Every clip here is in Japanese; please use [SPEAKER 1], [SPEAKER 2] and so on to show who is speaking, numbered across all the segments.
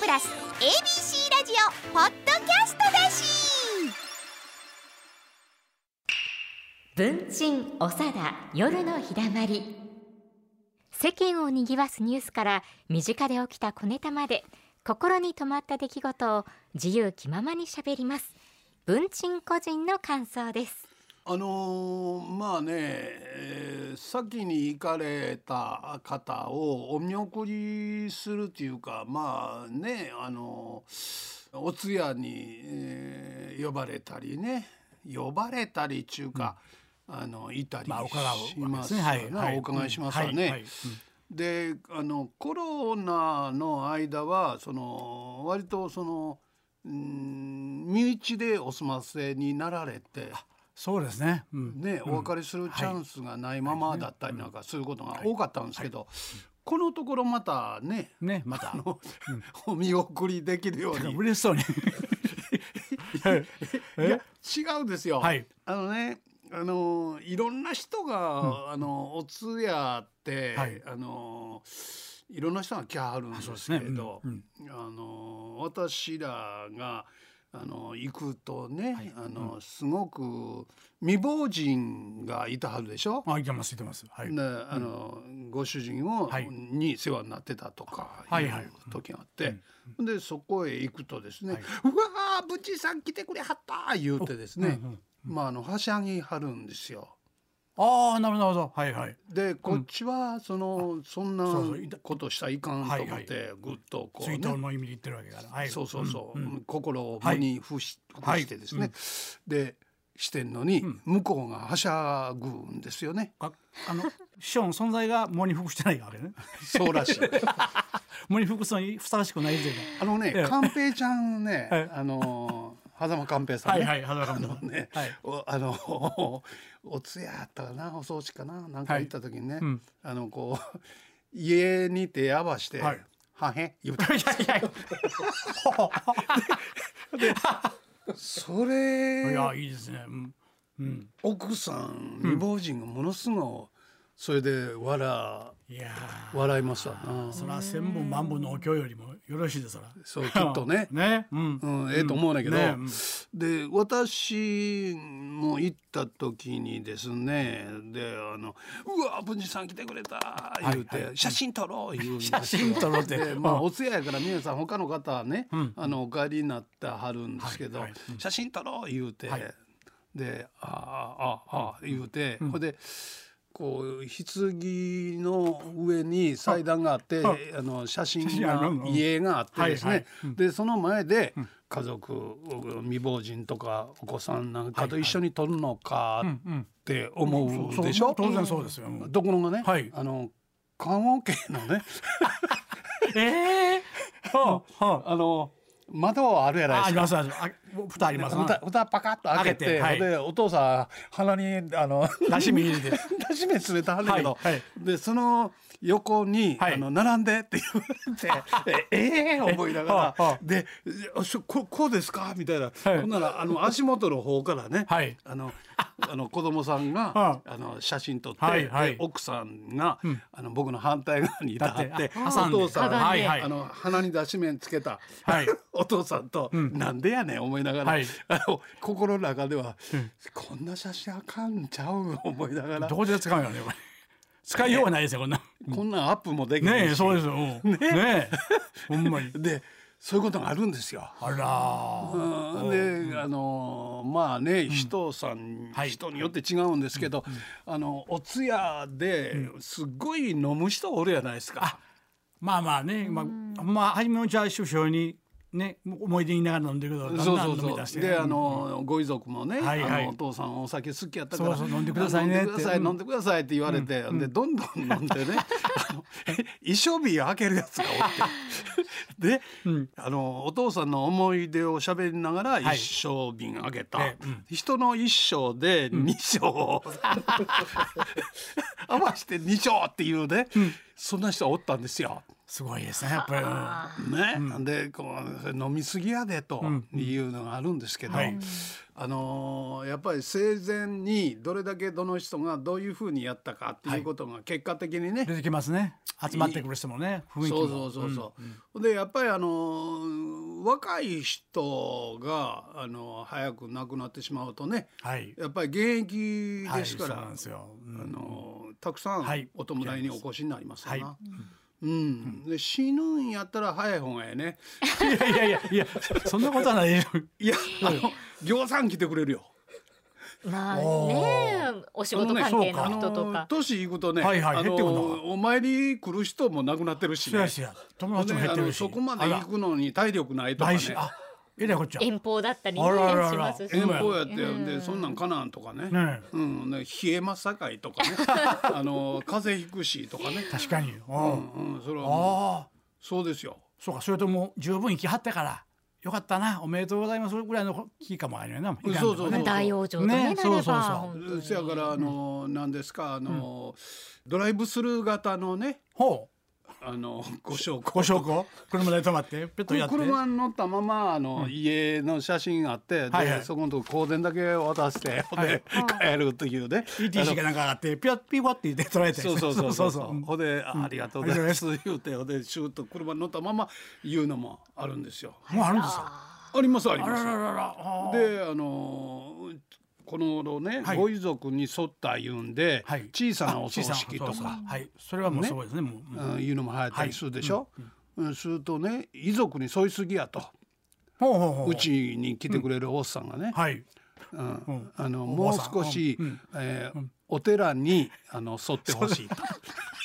[SPEAKER 1] プラス ABC ラジオポッドキャストだし
[SPEAKER 2] 文鎮おさだ夜のひだまり世間をにぎわすニュースから身近で起きた小ネタまで心に留まった出来事を自由気ままにしゃべります文鎮個人の感想です
[SPEAKER 3] あのーまあね、えー先に行かれた方をお見送りするというかまあねあのーお通夜に、えー呼ばれたりね呼ばれたりっちゅうか、あのいたりし
[SPEAKER 4] まあ伺うわけで
[SPEAKER 3] ますす
[SPEAKER 4] ね。
[SPEAKER 3] よ
[SPEAKER 4] はい、
[SPEAKER 3] な
[SPEAKER 4] はい、
[SPEAKER 3] お伺いしますわ
[SPEAKER 4] うんはいはい
[SPEAKER 3] ね。であのコロナの間はその割とその、うん、身内でお済ませになられて。
[SPEAKER 4] そうですね。うん
[SPEAKER 3] ね、
[SPEAKER 4] うん
[SPEAKER 3] お別れするチャンスがないままだったりなんかすることが多かったんですけど、このところまたね、
[SPEAKER 4] ね、また
[SPEAKER 3] あ。の、 お見送りできるように。
[SPEAKER 4] 嬉しそうに。
[SPEAKER 3] いや
[SPEAKER 4] はい え
[SPEAKER 3] 違うんですよ。
[SPEAKER 4] はい
[SPEAKER 3] あのね、あのいろんな人が、あのお通夜って、
[SPEAKER 4] はい
[SPEAKER 3] あのいろんな人が来はるん
[SPEAKER 4] そう
[SPEAKER 3] で
[SPEAKER 4] ですす
[SPEAKER 3] け
[SPEAKER 4] ね。
[SPEAKER 3] れ
[SPEAKER 4] うん
[SPEAKER 3] ど、
[SPEAKER 4] うん
[SPEAKER 3] あの私らがあの行くとね、
[SPEAKER 4] はい
[SPEAKER 3] あのすごく未亡人がいたはるでしょ。
[SPEAKER 4] あ、いけます、いけます。はい。
[SPEAKER 3] ね、あの、ご主人を、
[SPEAKER 4] はい
[SPEAKER 3] に世話になってたとか
[SPEAKER 4] はいいうはい
[SPEAKER 3] 時があって、でそこへ行くとですね「
[SPEAKER 4] はいう
[SPEAKER 3] わーぶちさん来てくれはった!」言うてですね、
[SPEAKER 4] うんうん
[SPEAKER 3] まあ、あのはしゃぎはるんですよ。
[SPEAKER 4] ああ、なるほど、なるほど。はい、はい。
[SPEAKER 3] でこっちはその、そんな
[SPEAKER 4] そうそういた
[SPEAKER 3] ことしたらいかんと思って、
[SPEAKER 4] は
[SPEAKER 3] ぐっとこう、
[SPEAKER 4] 追
[SPEAKER 3] ね、
[SPEAKER 4] 悼の意味で言ってるわけだから。はい。
[SPEAKER 3] そうそうそう、
[SPEAKER 4] んん
[SPEAKER 3] 心を無に伏し,、
[SPEAKER 4] は
[SPEAKER 3] 伏
[SPEAKER 4] い
[SPEAKER 3] してですね、でしてんのに、向こうがはしゃぐんですよね。
[SPEAKER 4] かあの、師匠の存在が喪に服してないわけね。
[SPEAKER 3] そうらしい。
[SPEAKER 4] 喪に服すのに ふさわしくないぜ。
[SPEAKER 3] あのね
[SPEAKER 4] え、え
[SPEAKER 3] 寛平ちゃんね
[SPEAKER 4] はい、
[SPEAKER 3] あのー、狭間寛平さん
[SPEAKER 4] は
[SPEAKER 3] ね。
[SPEAKER 4] い、はい、裸
[SPEAKER 3] あの
[SPEAKER 4] の。
[SPEAKER 3] ね、
[SPEAKER 4] はい
[SPEAKER 3] おあのお 通夜あったかなお葬式かななんか行った時にね、
[SPEAKER 4] うん
[SPEAKER 3] あのこう家に手合わして「
[SPEAKER 4] は
[SPEAKER 3] はいへ」言うた
[SPEAKER 4] いやいや。
[SPEAKER 3] そ
[SPEAKER 4] い
[SPEAKER 3] れ
[SPEAKER 4] や、いいですね。うん。うん。
[SPEAKER 3] 奥さん未亡人がものすごいそれで笑
[SPEAKER 4] いやー。
[SPEAKER 3] 笑いましたな
[SPEAKER 4] そら千本万本のお経よりもよろしいですそら。
[SPEAKER 3] そうきっと ね
[SPEAKER 4] ね。うん。
[SPEAKER 3] うん、ええと思うんだけど、
[SPEAKER 4] ねうん
[SPEAKER 3] で私も行った時にですねであの「うわ文治さん来てくれた」言うて、
[SPEAKER 4] はいは
[SPEAKER 3] 写真撮ろう」言うんですよ
[SPEAKER 4] 写真撮ろうって
[SPEAKER 3] でま
[SPEAKER 4] う
[SPEAKER 3] あ
[SPEAKER 4] ん
[SPEAKER 3] お通夜やから皆さん他の方はね、
[SPEAKER 4] ん
[SPEAKER 3] あのお帰りになってはるんですけど「
[SPEAKER 4] はいはい
[SPEAKER 3] 写真撮ろう」言うて、
[SPEAKER 4] はい
[SPEAKER 3] で「ああああああ」言うて、ほんでこう棺の上に祭壇があってあの写真
[SPEAKER 4] 写真あ
[SPEAKER 3] が
[SPEAKER 4] るの
[SPEAKER 3] 家があってですね、
[SPEAKER 4] はいはい
[SPEAKER 3] でその前で家族未亡人とかお子さんなんかと一緒に撮るのかって思うでしょ
[SPEAKER 4] 当然そうですよ。
[SPEAKER 3] ところがね、
[SPEAKER 4] はい
[SPEAKER 3] あの棺桶のね
[SPEAKER 4] ええー。はあ、は
[SPEAKER 3] あの窓あるや
[SPEAKER 4] あ。
[SPEAKER 3] ない
[SPEAKER 4] ああ
[SPEAKER 3] です
[SPEAKER 4] り
[SPEAKER 3] か。
[SPEAKER 4] ますあります。あ、蓋ありますな。
[SPEAKER 3] 蓋蓋パカッと開けて
[SPEAKER 4] 開けてはい
[SPEAKER 3] でお父さん鼻にあの
[SPEAKER 4] 出し身で。
[SPEAKER 3] 出し目連れたはんだけど、
[SPEAKER 4] はいはい
[SPEAKER 3] でその横に、
[SPEAKER 4] はい
[SPEAKER 3] あの並んでって言われ てええー、思いなが
[SPEAKER 4] はあ
[SPEAKER 3] ら
[SPEAKER 4] はあ
[SPEAKER 3] であしょここうですかみたいな、
[SPEAKER 4] い
[SPEAKER 3] ほんならあの足元の方からね、
[SPEAKER 4] はい
[SPEAKER 3] あの あの子供さんが、
[SPEAKER 4] は
[SPEAKER 3] あの写真撮って、
[SPEAKER 4] はいはい
[SPEAKER 3] で奥さんが、あの僕の反対側にいたはって
[SPEAKER 4] だってあ
[SPEAKER 3] お父さん
[SPEAKER 4] 挟んではいはい
[SPEAKER 3] あの鼻に出し面つけた、
[SPEAKER 4] はい
[SPEAKER 3] お父さんと、なんでやねん思いながら、
[SPEAKER 4] はい
[SPEAKER 3] あの心の中では、こんな写真あかんちゃうん思いながら
[SPEAKER 4] どこで使うんやろねこれ。使いようがないですよこんな。
[SPEAKER 3] こんなんアップもできないし
[SPEAKER 4] ねえそうですよ。うんねえ。ほんまに。
[SPEAKER 3] でそういうことがあるんですよ。
[SPEAKER 4] あらー。
[SPEAKER 3] うんであのーまあね人さん、
[SPEAKER 4] はい
[SPEAKER 3] 人によって違うんですけど、あのお通夜ですっごい飲む人おるやないですか。
[SPEAKER 4] まあまあね、まあまあ初めのうちは首相にね思い出言いながら飲んでるけど、だん
[SPEAKER 3] そう
[SPEAKER 4] だん
[SPEAKER 3] そ
[SPEAKER 4] 飲
[SPEAKER 3] う
[SPEAKER 4] み出し
[SPEAKER 3] そ
[SPEAKER 4] て
[SPEAKER 3] う
[SPEAKER 4] ね。
[SPEAKER 3] であのご遺族もね、
[SPEAKER 4] はいはい
[SPEAKER 3] あのお父さんお酒好きやったから
[SPEAKER 4] そうそう飲んでくださいね
[SPEAKER 3] 飲んでください
[SPEAKER 4] って
[SPEAKER 3] 飲んでくださいって言われて、でどんどん飲んでねあの衣装日開けるやつがおってで、あのお父さんの思い出を喋りながら
[SPEAKER 4] はい
[SPEAKER 3] 一生瓶開けた、
[SPEAKER 4] ええうん
[SPEAKER 3] 人の一生で二 生を、合わせて二生っていうね、そんな人おったんですよ。
[SPEAKER 4] すごいですねやっぱりうん。
[SPEAKER 3] ね、でこう飲み過ぎやでと
[SPEAKER 4] ん
[SPEAKER 3] いうのがあるんですけど、
[SPEAKER 4] はい
[SPEAKER 3] あのーやっぱり生前にどれだけどの人がどういうふうにやったかっていうことが結果的にね、
[SPEAKER 4] 出てきますね集まってくる人もね雰囲気も
[SPEAKER 3] そうそうそうそう、でやっぱりあのー若い人があのー早く亡くなってしまうとね
[SPEAKER 4] はい
[SPEAKER 3] やっぱり現役
[SPEAKER 4] はい
[SPEAKER 3] ですから、
[SPEAKER 4] そうなんですよ、う
[SPEAKER 3] あ
[SPEAKER 4] ん
[SPEAKER 3] のーたくさ
[SPEAKER 4] は
[SPEAKER 3] ん
[SPEAKER 4] い
[SPEAKER 3] お弔いにお越しになりますよな。
[SPEAKER 4] は
[SPEAKER 3] うん、で死ぬんやったら早い方がええね。
[SPEAKER 4] いやいやいやいやそんなことはないでしょ
[SPEAKER 3] いや、あの、行さん来てくれるよ。
[SPEAKER 2] まあ
[SPEAKER 4] おー
[SPEAKER 2] ねお仕事関係の人と
[SPEAKER 3] あの
[SPEAKER 2] か
[SPEAKER 3] 年いくとね、
[SPEAKER 4] はいはい
[SPEAKER 3] あ
[SPEAKER 4] 減
[SPEAKER 3] の
[SPEAKER 4] ってくんのか
[SPEAKER 3] お参り来る人も亡くなってるし
[SPEAKER 4] しや
[SPEAKER 3] ね。
[SPEAKER 4] しや友達も減って
[SPEAKER 3] ほんであの
[SPEAKER 4] るし
[SPEAKER 3] そこまで
[SPEAKER 4] あら
[SPEAKER 3] 行くのに体力ないとかね
[SPEAKER 4] 来。週あえらいこっちゃ
[SPEAKER 2] 遠方だったりね
[SPEAKER 4] あらあらあら
[SPEAKER 2] しますし
[SPEAKER 3] 遠
[SPEAKER 4] 遠
[SPEAKER 3] 方
[SPEAKER 4] 方
[SPEAKER 3] やって、でそんなんかなんとかね。
[SPEAKER 4] ねえ
[SPEAKER 3] うん、ね冷えまさかいとか ね。あの風邪ひくしとかね。
[SPEAKER 4] 確かにう
[SPEAKER 3] うんん、うん、それはもう
[SPEAKER 4] ああ
[SPEAKER 3] そうですよ。
[SPEAKER 4] そうかそれとも十分生きはったからよかったなおめでとうございますぐらいの気かもあるよな
[SPEAKER 3] うんそうそうそう
[SPEAKER 4] いかんでもね
[SPEAKER 2] 大往生とね
[SPEAKER 4] ね
[SPEAKER 2] な
[SPEAKER 4] そ
[SPEAKER 2] れ
[SPEAKER 4] うそうそう
[SPEAKER 2] ば本当に
[SPEAKER 3] せやからあの何ですかあのドライブスルー型のね
[SPEAKER 4] ほう
[SPEAKER 3] あのご紹介。
[SPEAKER 4] ご証拠車で止まってペットやって
[SPEAKER 3] 車に乗ったままあの、家の写真があって、
[SPEAKER 4] はいは
[SPEAKER 3] で
[SPEAKER 4] い
[SPEAKER 3] そこのとこ香典だけ渡して、ほんで帰るというね。
[SPEAKER 4] ETC がなんかあってピュッピュッって言って捉えて
[SPEAKER 3] そうそうそうそうそう
[SPEAKER 4] うん
[SPEAKER 3] ほんで、あありがとうございます言うてほんでシューッと車に乗ったまま言うのもあるんですよ。
[SPEAKER 4] もうあるんですか
[SPEAKER 3] ありますあり
[SPEAKER 4] あらら
[SPEAKER 3] ま
[SPEAKER 4] ららあ
[SPEAKER 3] す。
[SPEAKER 4] ー
[SPEAKER 3] であのーこの頃ね、
[SPEAKER 4] はい
[SPEAKER 3] ご遺族に沿った言うんで、
[SPEAKER 4] はい
[SPEAKER 3] 小さなお葬
[SPEAKER 4] あ小さ
[SPEAKER 3] 式と
[SPEAKER 4] そうそう
[SPEAKER 3] か
[SPEAKER 4] はいそれはもうすごいですねもううん
[SPEAKER 3] うんいうのも流行ったりするでしょ。うんするとね遺族に沿いすぎやと
[SPEAKER 4] ほうほうほう
[SPEAKER 3] うちに来てくれるおっさんがね、
[SPEAKER 4] はい
[SPEAKER 3] うん
[SPEAKER 4] ん
[SPEAKER 3] あの
[SPEAKER 4] お
[SPEAKER 3] も
[SPEAKER 4] 坊
[SPEAKER 3] う
[SPEAKER 4] さん
[SPEAKER 3] 少し、
[SPEAKER 4] うんうん
[SPEAKER 3] えーお寺にあの沿ってほしいと。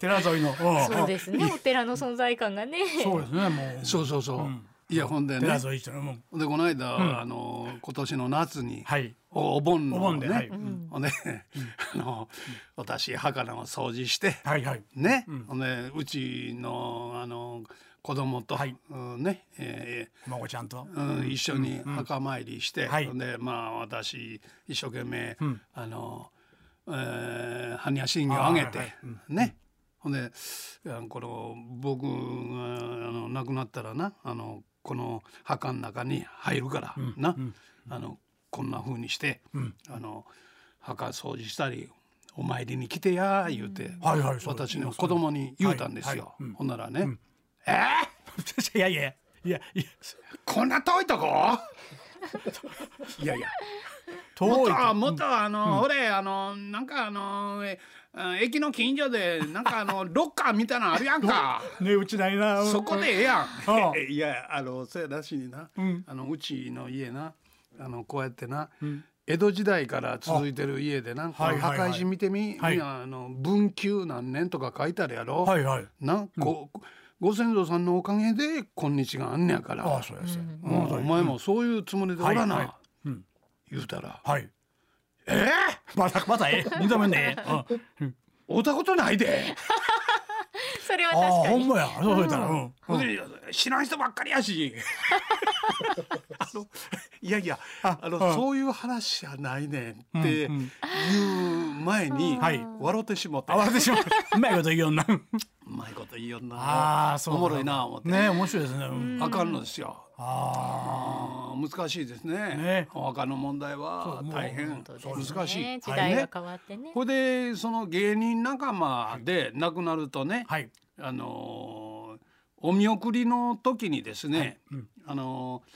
[SPEAKER 4] 寺沿いのうん
[SPEAKER 2] そうですねお寺の存在感がね
[SPEAKER 4] そうですねもう
[SPEAKER 3] そうそうそう。
[SPEAKER 4] ん
[SPEAKER 3] いやほんでね。
[SPEAKER 4] 寺沿いっていうのも
[SPEAKER 3] でこの間、あの今年の夏に、
[SPEAKER 4] はい
[SPEAKER 3] おお盆のね、
[SPEAKER 4] お盆ではい
[SPEAKER 3] ほんで、 あの私墓の掃除して
[SPEAKER 4] はいはい
[SPEAKER 3] ね、ほんでうちのあの子供と、
[SPEAKER 4] はい
[SPEAKER 3] うんね、えー
[SPEAKER 4] 孫ちゃんと
[SPEAKER 3] うん、一緒に墓参りして、
[SPEAKER 4] はい
[SPEAKER 3] ほんでまあ私一生懸命、
[SPEAKER 4] ん
[SPEAKER 3] あの、えー、般若心経をあげて、
[SPEAKER 4] あーはいはい
[SPEAKER 3] ねほんであのこの僕があの亡くなったらなあのこの墓の中に入るから、な、あのこんな風にして、あの墓掃除したりお参りに来てや言うて、
[SPEAKER 4] はいはいそう
[SPEAKER 3] 私の子供に言うたんですよ。
[SPEAKER 4] はいはいうん
[SPEAKER 3] ほんならね、えー
[SPEAKER 4] いやいやいやいや
[SPEAKER 3] こんな遠いとこいやいやも
[SPEAKER 4] 遠
[SPEAKER 3] っ
[SPEAKER 4] い
[SPEAKER 3] と
[SPEAKER 4] と
[SPEAKER 3] もっとあの、俺あのなんかあのえあ駅の近所でなんかあのロッカーみたいなのあるやん か
[SPEAKER 4] ねうちないな
[SPEAKER 3] そこでええや
[SPEAKER 4] ああ
[SPEAKER 3] ん いやあのそやらしいな、あのうちの家なあのこうやってな、江戸時代から続いてる家でなんか、
[SPEAKER 4] あはいはいはい
[SPEAKER 3] 墓石見てみ、
[SPEAKER 4] はい
[SPEAKER 3] みんなあの文久何年とか書いてあるやろ、
[SPEAKER 4] はいはい
[SPEAKER 3] なご,、ご先祖さんのおかげで今日があんねやから
[SPEAKER 4] ああそうですよ
[SPEAKER 3] うんお前もそういうつもりでおらな、
[SPEAKER 4] はいは
[SPEAKER 3] 言うたら
[SPEAKER 4] はい
[SPEAKER 3] 「え
[SPEAKER 4] またまたええ認めん ねえうん
[SPEAKER 3] おたことないで、
[SPEAKER 2] それは
[SPEAKER 4] ああ
[SPEAKER 2] 確か
[SPEAKER 4] ほん
[SPEAKER 2] に
[SPEAKER 4] まやそう言ったらうん
[SPEAKER 3] ほんで知らん人ばっかりやし」 あのいやいやあ
[SPEAKER 4] あ
[SPEAKER 3] の
[SPEAKER 4] うん
[SPEAKER 3] そういう話じゃないねん
[SPEAKER 4] ん
[SPEAKER 3] って
[SPEAKER 4] うん
[SPEAKER 3] 言う前に、
[SPEAKER 4] はい
[SPEAKER 3] 笑ってしもって
[SPEAKER 4] あ われてしまううまいこと言うよな
[SPEAKER 3] うまいこと言いよんな
[SPEAKER 4] ああそう
[SPEAKER 3] おもろいな思って
[SPEAKER 4] ね面白いですねうん
[SPEAKER 3] あかんのですよ。
[SPEAKER 4] あ
[SPEAKER 3] あー難しいですね
[SPEAKER 4] ね
[SPEAKER 3] お墓の問題は
[SPEAKER 4] そうもう
[SPEAKER 3] 大変
[SPEAKER 2] そうですね
[SPEAKER 3] 難しい。
[SPEAKER 2] 時代が変わってね
[SPEAKER 3] これでその芸人仲間で亡くなるとね、
[SPEAKER 4] あはい
[SPEAKER 3] あのーお見送りの時にですね、あのー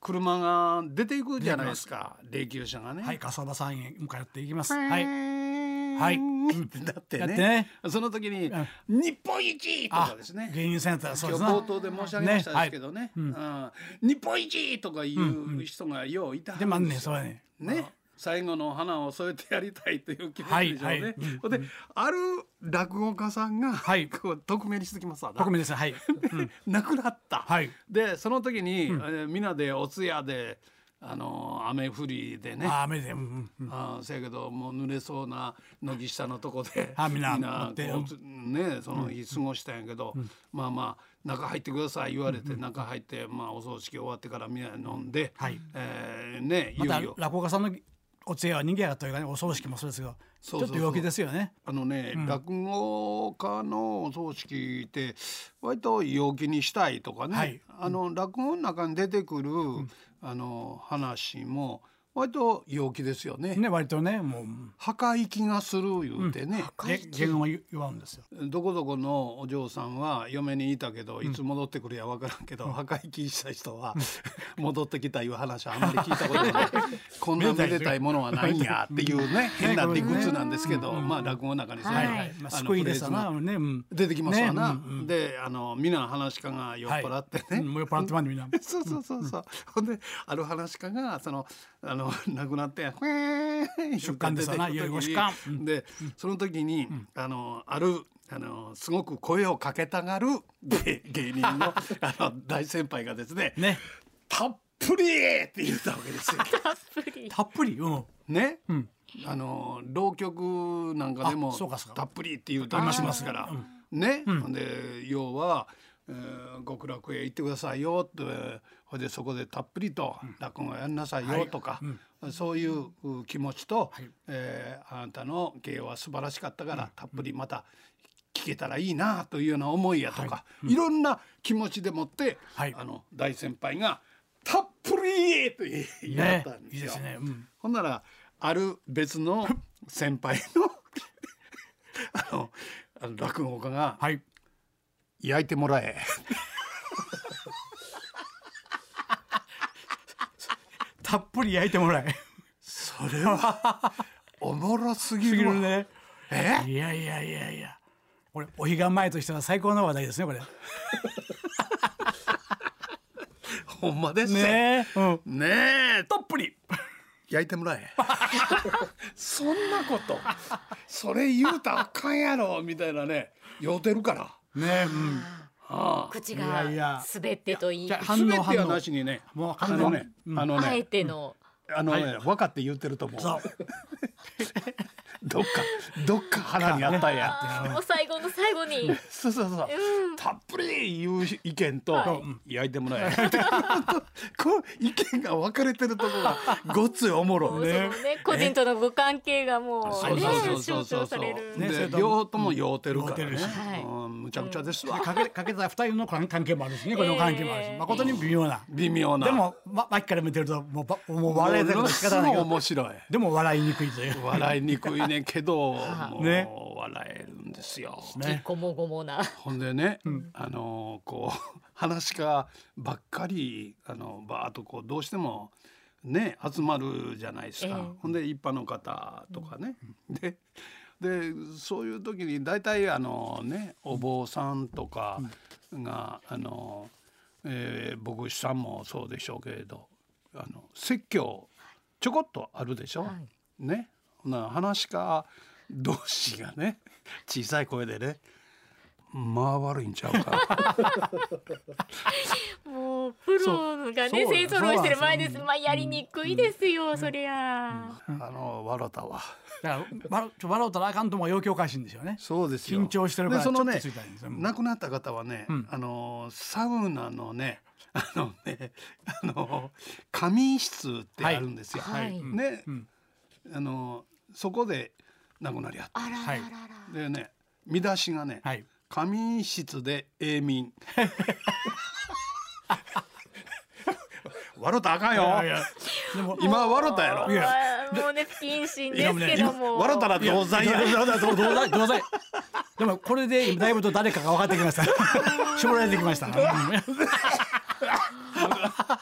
[SPEAKER 3] 車が出ていくじゃないですか霊柩車がね。
[SPEAKER 4] はい笠原さんへ向かっていきますは
[SPEAKER 3] はい
[SPEAKER 4] はい
[SPEAKER 3] だって
[SPEAKER 4] や
[SPEAKER 3] ね
[SPEAKER 4] ってね
[SPEAKER 3] その時に
[SPEAKER 4] ん
[SPEAKER 3] 「日本一!」とかですね
[SPEAKER 4] 芸人さんやったらそう
[SPEAKER 3] 今
[SPEAKER 4] です
[SPEAKER 3] 日
[SPEAKER 4] な
[SPEAKER 3] 冒頭で申し上げましたですけどね「
[SPEAKER 4] ね
[SPEAKER 3] うん日本一!」とかいう人がよういたは
[SPEAKER 4] で
[SPEAKER 3] る
[SPEAKER 4] まあ
[SPEAKER 3] ん
[SPEAKER 4] ね
[SPEAKER 3] です
[SPEAKER 4] そ
[SPEAKER 3] よ
[SPEAKER 4] うやね
[SPEAKER 3] ね、最後の花を添えてやりたいという気持ちでしょうね。
[SPEAKER 4] はいはいうん
[SPEAKER 3] ほんで、ある落語家さんが、
[SPEAKER 4] はい
[SPEAKER 3] こう匿名にしてきますわな
[SPEAKER 4] 匿名ですねはい うん
[SPEAKER 3] 亡くなった。
[SPEAKER 4] はい
[SPEAKER 3] でその時に、えーみんなでお通夜で、あのー雨降りでね。
[SPEAKER 4] ああ目でうんうんうん
[SPEAKER 3] あーせやけどもう濡れそうな軒下のとこで
[SPEAKER 4] あみんな
[SPEAKER 3] こ
[SPEAKER 4] 持って
[SPEAKER 3] うつねその日過ごしたんやけど、まあまあ中入ってください言われて、中入って、まあ、お葬式終わってからみんな飲んで、
[SPEAKER 4] はい
[SPEAKER 3] えーねい
[SPEAKER 4] また
[SPEAKER 3] よいよ
[SPEAKER 4] 落語家さんのお通夜は賑やかというかねお葬式もそうですけど
[SPEAKER 3] そうそうそう
[SPEAKER 4] ちょっと陽気ですよね。
[SPEAKER 3] あのね、落語家のお葬式って割と陽気にしたいとかね、
[SPEAKER 4] はい
[SPEAKER 3] あの落語の中に出てくる、あの話も割と陽気ですよね。
[SPEAKER 4] ね割とねもう
[SPEAKER 3] 墓行きがする言うてね、
[SPEAKER 4] げ言語を言わんですよ。
[SPEAKER 3] どこどこのお嬢さんは嫁にいたけどいつ戻ってくるや分からんけど、墓行きした人は戻ってきたいう話はあんまり聞いたことないこんなめでたいものはないんやっていうね変な理屈なんですけど、まあ落語の中にその、
[SPEAKER 2] はい
[SPEAKER 4] まあ、
[SPEAKER 3] あの
[SPEAKER 4] 救いですわ
[SPEAKER 3] フレーズ
[SPEAKER 4] な
[SPEAKER 3] が
[SPEAKER 4] ね、うん、
[SPEAKER 3] 出てきますわな、
[SPEAKER 4] ねうんうん
[SPEAKER 3] であの皆話し家が酔っ払ってね、
[SPEAKER 4] うんもう酔っ払ってまんねみんな
[SPEAKER 3] そうそうそうそう、ほんである話し家がそのあの亡くなって「へえ」
[SPEAKER 4] 出棺ですわな
[SPEAKER 3] 出てくる時に
[SPEAKER 4] いや出棺う
[SPEAKER 3] でその時に、あのあるあのすごく声をかけたがる芸 芸人のあの大先輩がですね
[SPEAKER 4] ね
[SPEAKER 3] たっぷり!」って言ったわけですよ。
[SPEAKER 2] たっぷり
[SPEAKER 4] たっぷりうん
[SPEAKER 3] ね、
[SPEAKER 4] ん
[SPEAKER 3] あの浪曲なんかでも
[SPEAKER 4] あそうかそうか
[SPEAKER 3] たっぷりって言うたりしますからね、ほん、で要は、えー極楽へ行ってくださいよってほいでそこでたっぷりと落語やんなさいよとか、そういうう気持ちと、えーあなたの芸は素晴らしかったから、たっぷりまた聞けたらいいなというような思いやとか、いろんな気持ちでもって、
[SPEAKER 4] はい
[SPEAKER 3] あの大先輩が「たっぷり!」と言いやっ
[SPEAKER 4] ね
[SPEAKER 3] たんですよ。
[SPEAKER 4] いいですね、うん、
[SPEAKER 3] ほんならある別 の先輩の あのあの落語家が
[SPEAKER 4] はい
[SPEAKER 3] 「焼いてもらえ
[SPEAKER 4] たっぷり焼いてもらえ」
[SPEAKER 3] それはおもろすぎ
[SPEAKER 4] すぎ
[SPEAKER 3] るわ
[SPEAKER 4] るね
[SPEAKER 3] え
[SPEAKER 4] いやいやいやいやこれお彼岸前としては最高の話題ですねこれ
[SPEAKER 3] ほんまですね
[SPEAKER 4] ねえ、うん、
[SPEAKER 3] ねえ
[SPEAKER 4] たっぷり
[SPEAKER 3] 焼いても らえそんなことそれ言うたらあかんやろみたいなね酔うてるから
[SPEAKER 4] ねえ、うん、
[SPEAKER 2] 口
[SPEAKER 4] いやい
[SPEAKER 2] が
[SPEAKER 4] や
[SPEAKER 2] 滑ってといい
[SPEAKER 4] じゃあ
[SPEAKER 3] 全てはなしにね
[SPEAKER 4] もう
[SPEAKER 3] あ
[SPEAKER 4] 反応
[SPEAKER 3] のね
[SPEAKER 4] うん
[SPEAKER 3] あの
[SPEAKER 2] あえ
[SPEAKER 3] ね
[SPEAKER 2] ての
[SPEAKER 3] あのね分かって言ってると思う
[SPEAKER 4] そう
[SPEAKER 3] どっかどっか腹にあったんやって。
[SPEAKER 2] あーもう最後の最後に
[SPEAKER 3] そうそうそう、たっぷり言う意見と、焼いてもらえ こう意見が分かれてるとこがごっついおも
[SPEAKER 2] も
[SPEAKER 3] ろ
[SPEAKER 2] うそのね個人とのご関係がもう
[SPEAKER 3] そう
[SPEAKER 2] ね
[SPEAKER 3] そうそ
[SPEAKER 2] 象徴
[SPEAKER 3] うそうそ
[SPEAKER 2] さ
[SPEAKER 3] う、
[SPEAKER 2] れる
[SPEAKER 4] ねそ
[SPEAKER 3] で
[SPEAKER 4] れと
[SPEAKER 3] 両方とも酔うてるからね
[SPEAKER 4] 酔うてるし
[SPEAKER 2] はい
[SPEAKER 3] うんむちゃくちゃですわ、
[SPEAKER 4] かけかけた二人の関関係もあるしねこれの関係もあるし、
[SPEAKER 2] ええ
[SPEAKER 4] 誠に微妙な
[SPEAKER 3] 微妙な
[SPEAKER 4] でもま脇から見てるともうばもう笑えたけど仕方ないけ
[SPEAKER 3] もう
[SPEAKER 4] ど
[SPEAKER 3] 面白い
[SPEAKER 4] でも笑いにくいという
[SPEAKER 3] 笑いにくいねんけ ど、もう
[SPEAKER 4] ね
[SPEAKER 3] 笑えるんですよ
[SPEAKER 2] きこもごもな
[SPEAKER 3] ほんでね、あのこう 話し家ばっかりあのバーッとこうどうしてもね集まるじゃないですか、
[SPEAKER 2] ええ
[SPEAKER 3] ほんで一般の方とかね、ででそういう時に大体あのねお坊さんとかが、あの、えー牧師さんもそうでしょうけれどあの説教ちょこっとあるでしょ。
[SPEAKER 2] はい
[SPEAKER 3] ねほな話し家同士がね小さい声でねまあ悪いんちゃうか
[SPEAKER 2] もうプロがね
[SPEAKER 4] そう
[SPEAKER 2] 勢ぞろいしてる前です
[SPEAKER 4] そう
[SPEAKER 2] まあやりにくいですよそりゃ
[SPEAKER 3] あの笑ったわ
[SPEAKER 4] だからわちょ笑うたらあかんとも要求おかしいんですよね
[SPEAKER 3] そうです
[SPEAKER 4] 緊張してるから
[SPEAKER 3] で
[SPEAKER 4] ちょ
[SPEAKER 3] そ
[SPEAKER 4] っと
[SPEAKER 3] の
[SPEAKER 4] つ
[SPEAKER 3] ね
[SPEAKER 4] いたいんですよ、
[SPEAKER 3] 亡くなった方はね、
[SPEAKER 4] ん
[SPEAKER 3] あのサウナのね あのねあの仮眠室ってあるんですよ、
[SPEAKER 2] はいはい
[SPEAKER 3] ね、
[SPEAKER 4] ん
[SPEAKER 3] あのそこで亡くなりはっ
[SPEAKER 2] あらららら
[SPEAKER 3] たでね見出しがね、
[SPEAKER 4] はい
[SPEAKER 3] 仮眠室で永 眠笑ったらあかん
[SPEAKER 4] いやい
[SPEAKER 3] よ
[SPEAKER 4] やでも
[SPEAKER 3] 今笑ったやろ
[SPEAKER 4] いや
[SPEAKER 2] あーもうね不謹慎ですけども
[SPEAKER 3] 笑ったら同罪や
[SPEAKER 4] だだどどうだいどう だいでもこれでだいぶと誰かが分かってきました 絞られてきました、うん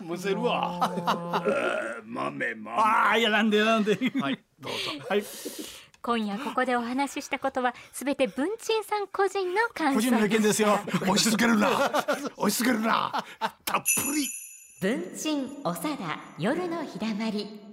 [SPEAKER 3] むせるわ 豆豆
[SPEAKER 4] ああいやなんでなんで
[SPEAKER 3] はいどうぞ
[SPEAKER 4] はい
[SPEAKER 2] 今夜ここでお話ししたことはすべて文鎮さん個人の感
[SPEAKER 4] 個人の
[SPEAKER 2] 想
[SPEAKER 4] 意見ですよ
[SPEAKER 3] 押し付けるな押し付けるなたっぷり
[SPEAKER 2] 文鎮おさだ夜のひだまり